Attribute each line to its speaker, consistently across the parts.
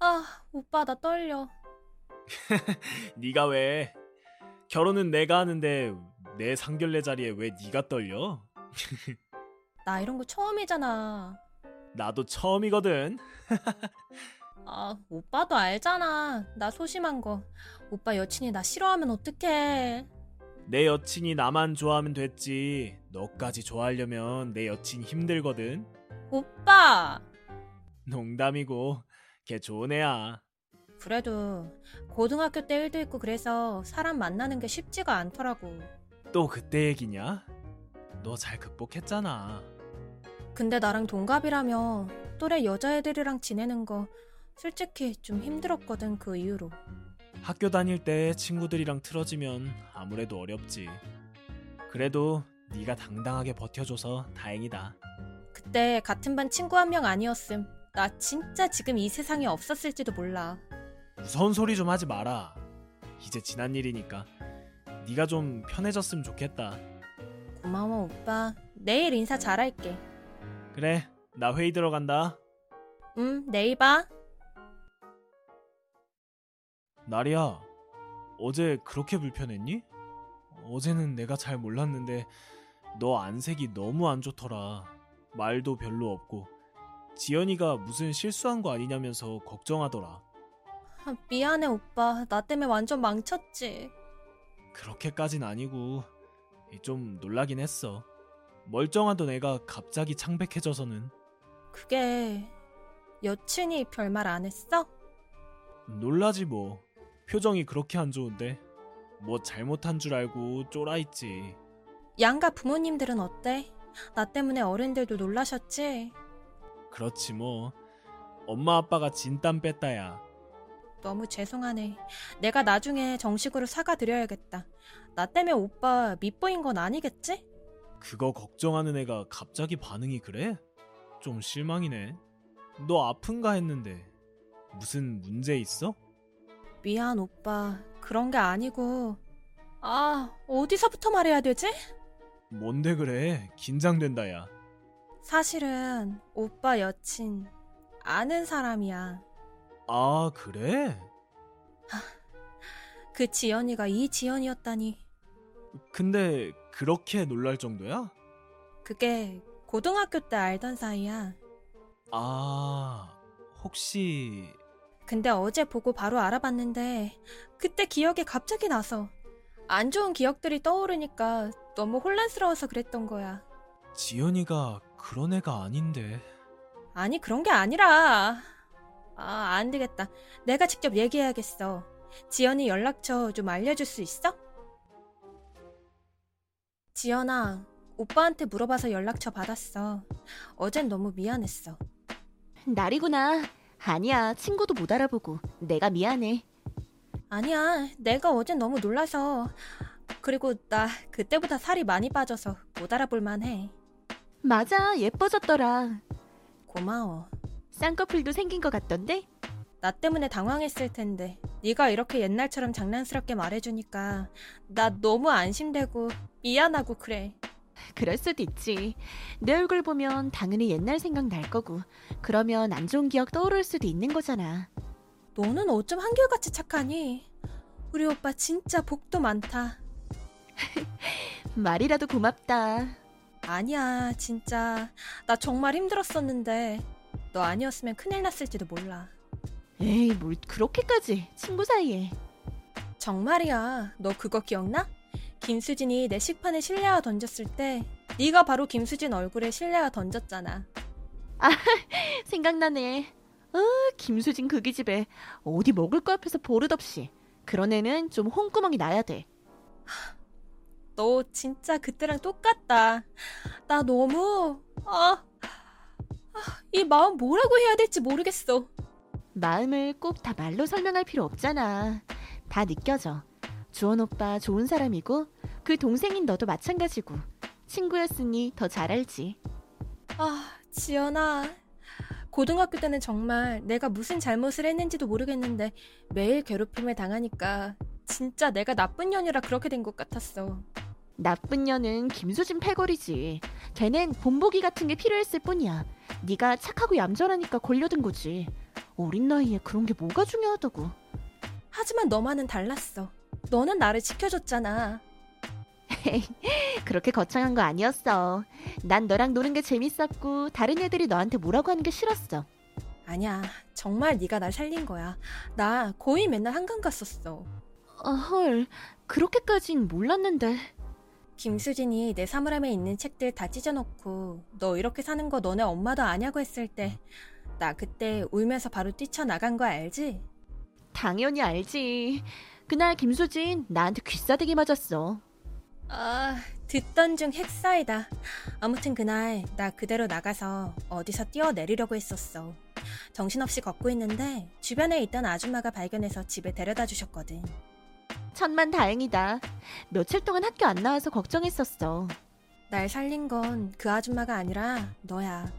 Speaker 1: 아, 오빠 나 떨려.
Speaker 2: 네가 왜 결혼은 내가 하는데 내 상견례 자리에 왜 네가 떨려?
Speaker 1: 나 이런 거 처음이잖아.
Speaker 2: 나도 처음이거든.
Speaker 1: 아, 오빠도 알잖아. 나 소심한 거. 오빠 여친이 나 싫어하면 어떡해.
Speaker 2: 내 여친이 나만 좋아하면 됐지. 너까지 좋아하려면 내 여친 힘들거든.
Speaker 1: 오빠!
Speaker 2: 농담이고 걔 좋은 애야.
Speaker 1: 그래도 고등학교 때 일도 있고 그래서 사람 만나는 게 쉽지가 않더라고.
Speaker 2: 또 그때 얘기냐? 너 잘 극복했잖아.
Speaker 1: 근데 나랑 동갑이라며 또래 여자애들이랑 지내는 거 솔직히 좀 힘들었거든 그 이후로.
Speaker 2: 학교 다닐 때 친구들이랑 틀어지면 아무래도 어렵지. 그래도 네가 당당하게 버텨줘서 다행이다.
Speaker 1: 그때 같은 반 친구 한 명 아니었음. 나 진짜 지금 이 세상에 없었을지도 몰라.
Speaker 2: 무서운 소리 좀 하지 마라. 이제 지난 일이니까 네가 좀 편해졌으면 좋겠다.
Speaker 1: 고마워 오빠. 내일 인사 잘할게.
Speaker 2: 그래, 나 회의 들어간다.
Speaker 1: 응, 내일 봐.
Speaker 2: 나리야, 어제 그렇게 불편했니? 어제는 내가 잘 몰랐는데 너 안색이 너무 안 좋더라. 말도 별로 없고 지연이가 무슨 실수한 거 아니냐면서 걱정하더라.
Speaker 1: 아, 미안해 오빠. 나 때문에 완전 망쳤지.
Speaker 2: 그렇게까진 아니고 좀 놀라긴 했어. 멀쩡하던 애가 갑자기 창백해져서는
Speaker 1: 그게 여친이 별말 안 했어?
Speaker 2: 놀라지 뭐. 표정이 그렇게 안 좋은데 뭐 잘못한 줄 알고 쫄아있지.
Speaker 1: 양가 부모님들은 어때? 나 때문에 어른들도 놀라셨지?
Speaker 2: 그렇지 뭐. 엄마 아빠가 진땀 뺐다야.
Speaker 1: 너무 죄송하네. 내가 나중에 정식으로 사과드려야겠다. 나 때문에 오빠 밉보인 건 아니겠지?
Speaker 2: 그거 걱정하는 애가 갑자기 반응이 그래? 좀 실망이네. 너 아픈가 했는데 무슨 문제 있어?
Speaker 1: 미안 오빠. 그런 게 아니고. 아, 어디서부터 말해야 되지?
Speaker 2: 뭔데 그래? 긴장된다야.
Speaker 1: 사실은 오빠 여친 아는 사람이야.
Speaker 2: 아 그래?
Speaker 1: 그 지연이가 이 지연이었다니.
Speaker 2: 근데 그렇게 놀랄 정도야?
Speaker 1: 그게 고등학교 때 알던 사이야.
Speaker 2: 아 혹시
Speaker 1: 근데 어제 보고 바로 알아봤는데 그때 기억이 갑자기 나서 안 좋은 기억들이 떠오르니까 너무 혼란스러워서 그랬던 거야.
Speaker 2: 지연이가 그런 애가 아닌데
Speaker 1: 아니 그런 게 아니라 아 안 되겠다. 내가 직접 얘기해야겠어. 지연이 연락처 좀 알려줄 수 있어? 지연아, 오빠한테 물어봐서 연락처 받았어. 어젠 너무 미안했어.
Speaker 3: 날이구나. 아니야, 친구도 못 알아보고 내가 미안해.
Speaker 1: 아니야, 내가 어제 너무 놀라서. 그리고 나 그때보다 살이 많이 빠져서 못 알아볼 만해.
Speaker 3: 맞아, 예뻐졌더라.
Speaker 1: 고마워.
Speaker 3: 쌍꺼풀도 생긴 것 같던데?
Speaker 1: 나 때문에 당황했을 텐데. 네가 이렇게 옛날처럼 장난스럽게 말해주니까 나 너무 안심되고 미안하고 그래.
Speaker 3: 그럴 수도 있지. 내 얼굴 보면 당연히 옛날 생각 날 거고, 그러면 안 좋은 기억 떠오를 수도 있는 거잖아.
Speaker 1: 너는 어쩜 한결같이 착하니? 우리 오빠 진짜 복도 많다.
Speaker 3: 말이라도 고맙다.
Speaker 1: 아니야, 진짜. 나 정말 힘들었었는데. 너 아니었으면 큰일 났을지도 몰라.
Speaker 3: 에이, 뭘 그렇게까지 친구 사이에.
Speaker 1: 정말이야. 너 그거 기억나? 김수진이 내 식판에 실내화 던졌을 때 네가 바로 김수진 얼굴에 실내화 던졌잖아.
Speaker 3: 생각나네. 어, 김수진 그 기집애. 어디 먹을 거 앞에서 버릇없이. 그런 애는 좀 홍구멍이 나야 돼.
Speaker 1: 너 진짜 그때랑 똑같다. 나 너무 아, 아, 이 마음 뭐라고 해야 될지 모르겠어.
Speaker 3: 마음을 꼭 다 말로 설명할 필요 없잖아. 다 느껴져. 주원 오빠 좋은 사람이고 그 동생인 너도 마찬가지고 친구였으니 더 잘 알지.
Speaker 1: 아, 지연아. 고등학교 때는 정말 내가 무슨 잘못을 했는지도 모르겠는데 매일 괴롭힘을 당하니까 진짜 내가 나쁜 년이라 그렇게 된 것 같았어.
Speaker 3: 나쁜 년은 김수진 패거리지. 걔는 본보기 같은 게 필요했을 뿐이야. 네가 착하고 얌전하니까 걸려든 거지. 어린 나이에 그런 게 뭐가 중요하다고.
Speaker 1: 하지만 너만은 달랐어. 너는 나를 지켜줬잖아.
Speaker 3: 그렇게 거창한 거 아니었어. 난 너랑 노는 게 재밌었고 다른 애들이 너한테 뭐라고 하는 게 싫었어.
Speaker 1: 아니야, 정말 네가 날 살린 거야. 나 거의 맨날 한강 갔었어.
Speaker 3: 아, 헐. 그렇게까진 몰랐는데.
Speaker 1: 김수진이 내 사물함에 있는 책들 다 찢어놓고 너 이렇게 사는 거 너네 엄마도 아냐고 했을 때 나 그때 울면서 바로 뛰쳐나간 거 알지?
Speaker 3: 당연히 알지. 그날 김수진 나한테 귀싸대기 맞았어.
Speaker 1: 아, 듣던 중 핵사이다. 아무튼 그날 나 그대로 나가서 어디서 뛰어내리려고 했었어. 정신없이 걷고 있는데 주변에 있던 아줌마가 발견해서 집에 데려다 주셨거든.
Speaker 3: 천만 다행이다. 며칠 동안 학교 안 나와서 걱정했었어.
Speaker 1: 날 살린 건 그 아줌마가 아니라 너야.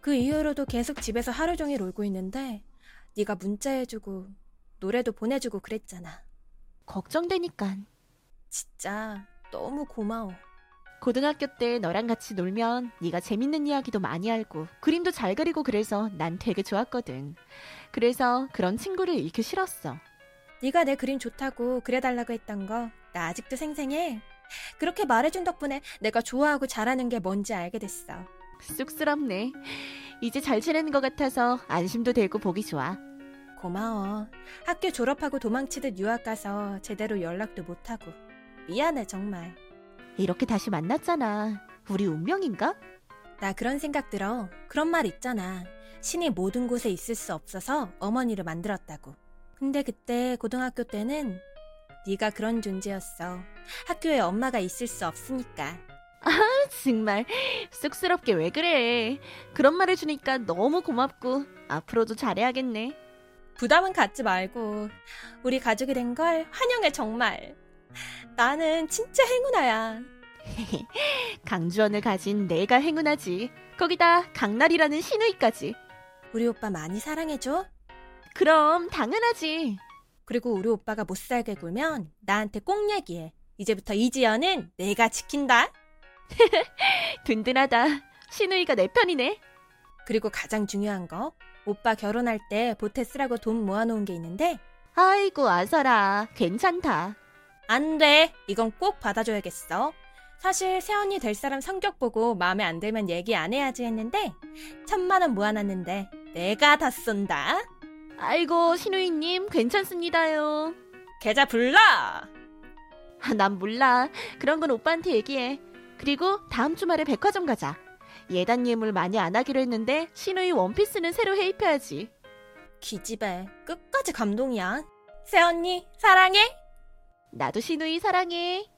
Speaker 1: 그 이후로도 계속 집에서 하루 종일 울고 있는데 네가 문자해주고 노래도 보내주고 그랬잖아.
Speaker 3: 걱정되니까.
Speaker 1: 진짜 너무 고마워.
Speaker 3: 고등학교 때 너랑 같이 놀면 네가 재밌는 이야기도 많이 알고 그림도 잘 그리고 그래서 난 되게 좋았거든. 그래서 그런 친구를 잃기 싫었어.
Speaker 1: 네가 내 그림 좋다고 그려달라고 했던 거 나 아직도 생생해. 그렇게 말해준 덕분에 내가 좋아하고 잘하는 게 뭔지 알게 됐어.
Speaker 3: 쑥스럽네. 이제 잘 지내는 것 같아서 안심도 되고 보기 좋아.
Speaker 1: 고마워. 학교 졸업하고 도망치듯 유학 가서 제대로 연락도 못하고. 미안해 정말.
Speaker 3: 이렇게 다시 만났잖아. 우리 운명인가?
Speaker 1: 나 그런 생각 들어. 그런 말 있잖아. 신이 모든 곳에 있을 수 없어서 어머니를 만들었다고. 근데 그때 고등학교 때는 네가 그런 존재였어. 학교에 엄마가 있을 수 없으니까.
Speaker 3: 정말 쑥스럽게 왜 그래. 그런 말 해주니까 너무 고맙고 앞으로도 잘해야겠네.
Speaker 1: 부담은 갖지 말고 우리 가족이 된 걸 환영해 정말. 나는 진짜 행운아야.
Speaker 3: 강주원을 가진 내가 행운하지. 거기다 강날이라는 신우이까지.
Speaker 1: 우리 오빠 많이 사랑해줘.
Speaker 3: 그럼 당연하지.
Speaker 1: 그리고 우리 오빠가 못 살게 굴면 나한테 꼭 얘기해. 이제부터 이지연은 내가 지킨다.
Speaker 3: 든든하다. 신우이가 내 편이네.
Speaker 1: 그리고 가장 중요한 거. 오빠 결혼할 때 보태 쓰라고 돈 모아놓은 게 있는데
Speaker 3: 아이고 아서라. 괜찮다.
Speaker 1: 안 돼. 이건 꼭 받아줘야겠어. 사실 새언니 될 사람 성격 보고 마음에 안 들면 얘기 안 해야지 했는데 천만 원 모아놨는데 내가 다 쏜다.
Speaker 3: 아이고 신우이님 괜찮습니다요.
Speaker 1: 계좌 불러.
Speaker 3: 아, 난 몰라. 그런 건 오빠한테 얘기해. 그리고 다음 주말에 백화점 가자. 예단 예물 많이 안 하기로 했는데 신우이 원피스는 새로 해입해야지.
Speaker 1: 기집애 끝까지 감동이야. 새언니 사랑해.
Speaker 3: 나도 신우이 사랑해.